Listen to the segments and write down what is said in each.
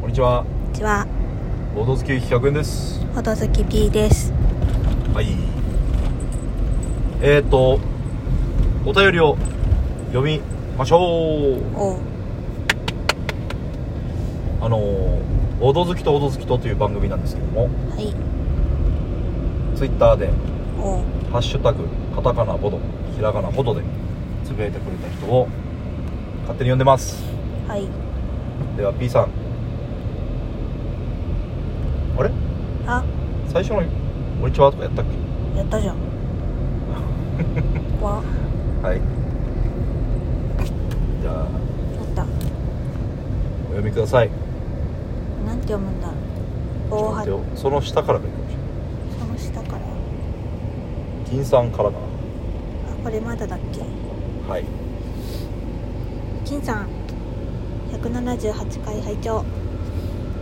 こんにちは。こんにちは、ボード好き100円です。ほどずき P です。はい。えっ、ー、と、お便りを読みましょう。おう、あのー、ボード好きとボード好きとという番組なんですけども、はい、ツイッターで、おう、ハッシュタグ、カタカナボド、ひらがなボドで、つぶやいてくれた人を勝手に呼んでます。はい、では P さん。あれあ、最初の、こんにちはとかやったっけやっ たじゃん。わ、はい。じゃあ、やった。お読みください。なんて読むんだろう。ち大ょっと八、待ってよその下からがいいかもしれないその下から。あ、銀さんからかこれまだだっけ。なはい金さん178回拝聴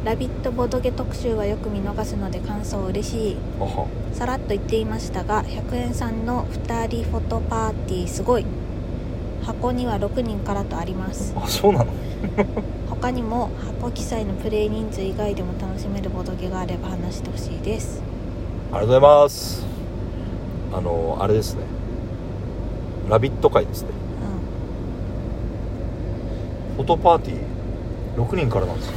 ラビットボドゲ特集はよく見逃すので感想嬉しいあはさらっと言っていましたが100円さんの2人フォトパーティーすごい箱には6人からとありますあそうなの他にも箱記載のプレイ人数以外でも楽しめるボドゲがあれば話してほしいですありがとうございますあのあれですね「ラビット!」会ですねうんフォトパーティー6人からなんですよ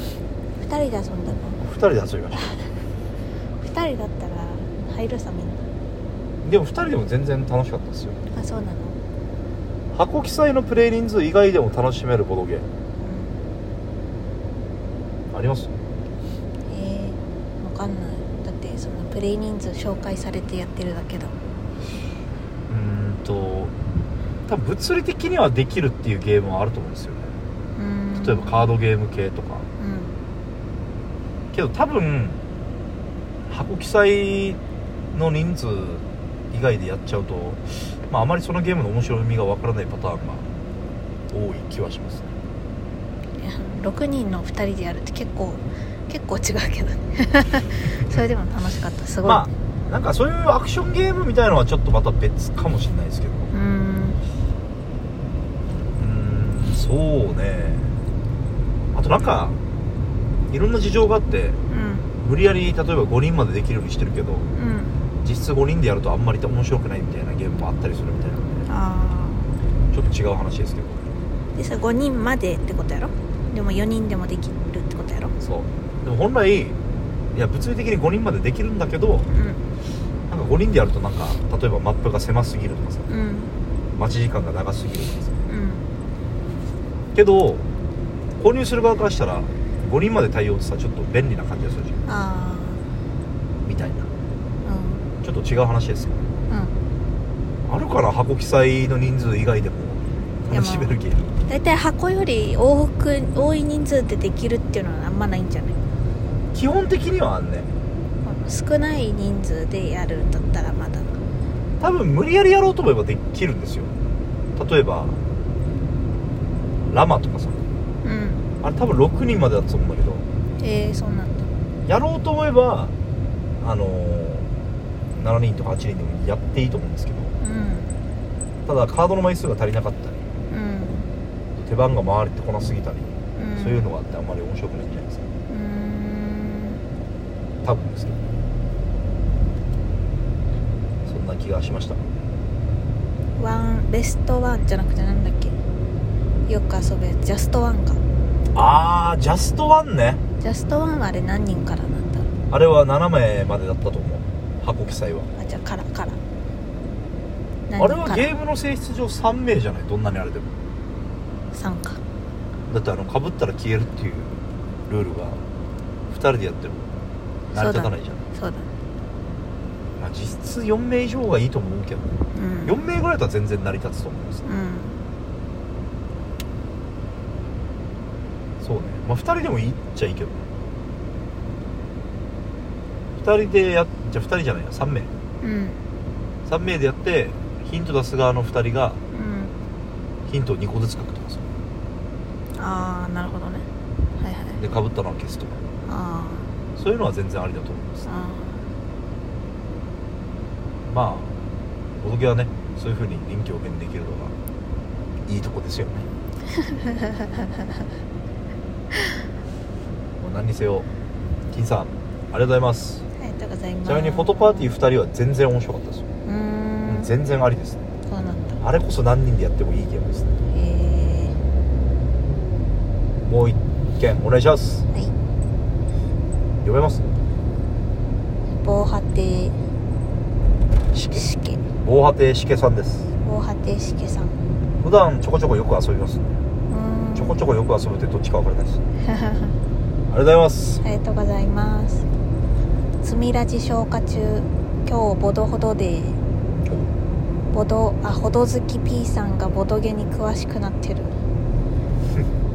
2人で遊んだの2人で遊びました2人だったら入るさみんなでも2人でも全然楽しかったですよあそうなの箱記載のプレイ人数以外でも楽しめるボドゲうんありますえー、わかんないだってそのプレイ人数紹介されてやってるだけだもんうーんと多分物理的にはできるっていうゲームはあると思うんですよねうん例えばカードゲーム系とかうんけど多分箱記載の人数以外でやっちゃうと、まあ、あまりそのゲームの面白みがわからないパターンが多い気はしますねいや6人の2人でやるって結構結構違うけどね それでも楽しかったすごい、まあなんかそういうアクションゲームみたいのはちょっとまた別かもしれないですけどううーんーんそうねあとなんかいろんな事情があってうん無理やり例えば5人までできるようにしてるけどうん実質5人でやるとあんまり面白くないみたいなゲームもあったりするみたいなんでああちょっと違う話ですけどでさ5人までってことやろでも4人でもできるってことやろそうでも本来いや物理的に5人までできるんだけどうんなんか5人でやるとなんか例えばマップが狭すぎるとかさうん待ち時間が長すぎるとかさうんけど購入する側からしたら5人まで対応ってさちょっと便利な感じがするじゃんあみたいなあうんちょっと違う話ですようあるかな箱記載の人数以外でも楽しめるゲームん大体箱より多く多い人数でできるっていうのはあんまないんじゃない基本的にはあんね少ない人数でやるんだったらまだ多分無理やりやろうと思えばできるんですよ例えばラマとかさうんあれ多分6人までだったと思うんだけどえー、そうなんだやろうと思えばあのー7人とか8人でもやっていいと思うんですけどうんただカードの枚数が足りなかったりうん手番が回れてこなすぎたり、うんそういうのがあってあんまり面白くないんじゃないですかうーん多分ですけどそんな気がしましたワンベストワンじゃなくてなんだっけよく遊ぶやつジャストワンかあージャストワンねジャストワンはあれ何人からなんだろうあれは7名までだったと思う箱記載はあじゃあからからあれはからゲームの性質上3名じゃないどんなにあれでも参加だってあのかぶったら消えるっていうルールが2人でやっても成り立たないじゃん、そうだまあ、実質4名以上がいいと思うけどうん4名ぐらいだったら全然成り立つと思いますうんそうねまあ2人でもいいっちゃいいけどね2人でやっじゃあ2人じゃないや3名うん3名でやってヒント出す側の2人がうんヒントを2個ずつ書くとかさああなるほどねはいはいでかぶったのは消すとかあそういうのは全然ありだと思いまーすあまあおどけはねそういう風に臨機応変にできるのが いいとこですよねもう何にせよ金さんありがとうございますありがとうございますちなみにフォトパーティー2人は全然面白かったですよ、うーん全然ありですねそうなんだあれこそ何人でやってもいいゲームですねへえもう一件お願いしますはい読めます防波堤しけしけ防波堤しけさんです防波堤しけさんう普段ちょこちょこよく遊びますーんちょこちょここよく遊ぶってどっちか分からない ですあありがとうございますりがとうございますつみらじ消化中今日ボドほどでボドあほど好き P さんがボドゲに詳しくなってる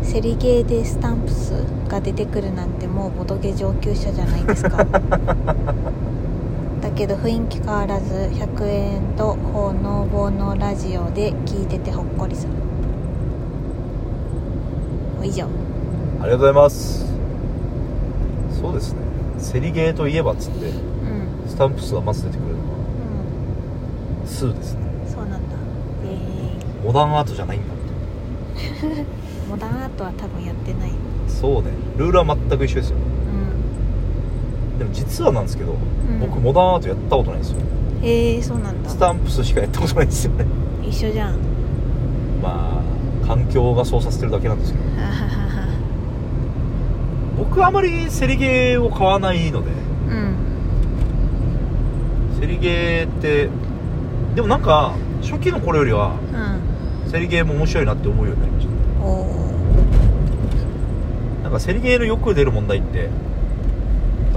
セリゲーでスタンプスが出てくるなんてもうボドゲ上級者じゃないですかだけど雰囲気変わらず100円と奉納棒のラジオで聞いててほっこりする以上ありがとうございますそうですねセリゲーといえばっつってうんスタンプ数がまず出てくるのは数ですねうんそうなんだえーモダンアートじゃないんだってモダンアートは多分やってないそうねルールは全く一緒ですようんでも実はなんですけど、ん僕モダンアートやったことないですよへえー、そうなんだスタンプスしかやったことないですよね 一緒じゃんまあ環境がそうさせてるだけなんですけどはははは僕はあまりセリゲーを買わないのでうんセリゲーってでもなんか初期の頃よりはうんセリゲーも面白いなって思うようになりましおおたなんかセリゲーのよく出る問題って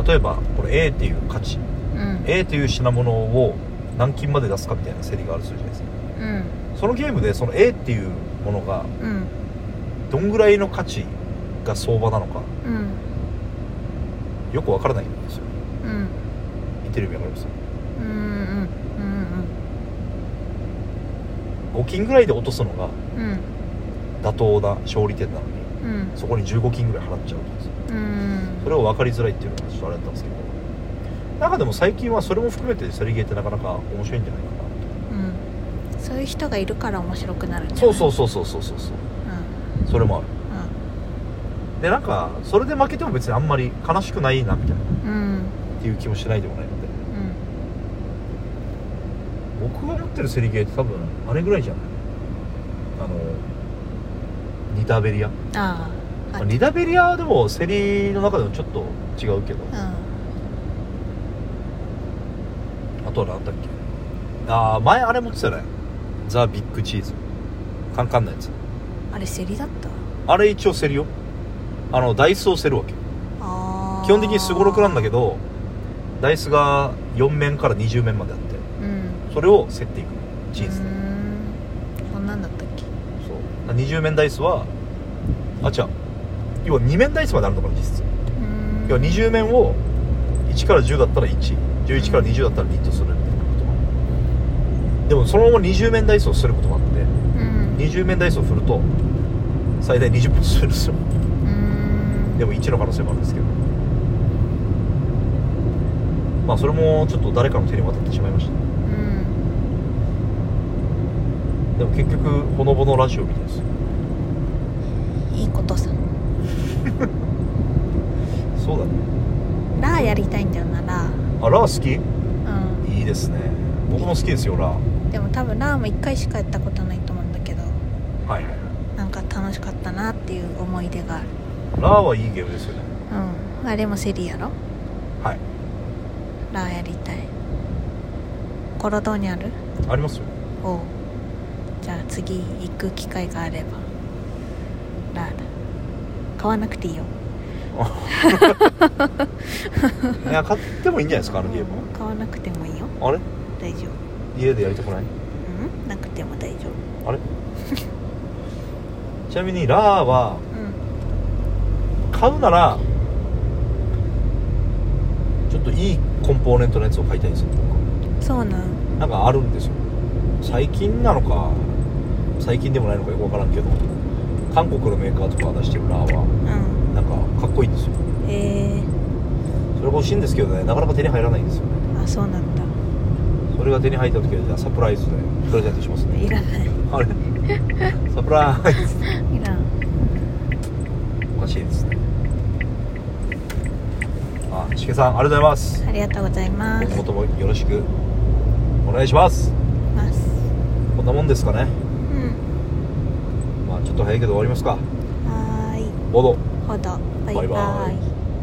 例えばこれ A っていう価値うん A という品物を何金まで出すかみたいな競りがあるとするじゃないですかうんそのゲームでその A っていうものがうんどんぐらいの価値が相場なのかうんよくわからないんですようん見てる意味わかりますうんうん5金ぐらいで落とすのがうんうん妥当な勝利点なのにうんそこに15金ぐらい払っちゃうとですようんそれを分かりづらいっていうのがちょっとあれだったんですけど中でも最近はそれも含めて競りゲーってなかなか面白いんじゃないかなうんそういう人がいるから面白くなるんじゃないそうそうそうそうそうそうそうそれもあるでなんかそれで負けても別にあんまり悲しくないなみたいなうんうんっていう気もしないでもないのでう僕んが持ってるセリゲーって多分あれぐらいじゃないあのニタベリア、うんああまあニタベリアでもセリの中でもちょっと違うけど、あとは何だっけああ前あれ持ってたよねザ・ビッグ・チーズカンカンのやつうんあれ競りだったあれ一応セリよあのダイスをセるわけああ基本的にすごろくなんだけどダイスが4面から20面まであってうんそれを競っていくチーズうーんこんなんだったっけそうだから20面ダイスはあ違う要は2面ダイスまであるのかな実質うーん要は20面を1から10だったら111から20だったら2とするみたいなこともあるでもそのまま20面ダイスをすることもあってうん20面ダイスを振ると最大20分するんですようんでも1の可能性もあるんですけどまあそれもちょっと誰かの手に渡ってしまいましたうんでも結局ほのぼのラジオみたいですいいことさそうだねラーやりたいんだよなラあラー好きーうんいいですね僕も好きですよラーでも多分ラーも1回しかやったことないと思うんだけどはいなんか楽しかったなっていう思い出があるラーはいいゲームですよねうんあれもセリやろはいラーやりたいコロドーにあるありますよおうじゃあ次行く機会があればラーだ買わなくていいよいや買ってもいいんじゃないですかあのゲーム買わなくてもいいよはあれ大丈夫家でやりたくないうんなくても大丈夫あれ ちなみにラーはうん買うならちょっといいコンポーネントのやつを買いたいんですよ僕そうなんなんかあるんですよ最近なのか最近でもないのかよくわからんけど韓国のメーカーとかが出してるラーはうんなんかかっこいいんですよへえそれが欲しいんですけどねなかなか手に入らないんですよねあそうなんだそれが手に入った時はじゃあサプライズでプレゼントしますねいら ないあれサプライズいらんおかしいですねしげさんありがとうございますありがとうございま今す後ともよろしくお願いしますますこんなもんですかねうんまあちょっと早いけど終わりますかはーいボードほどバイババイバイイ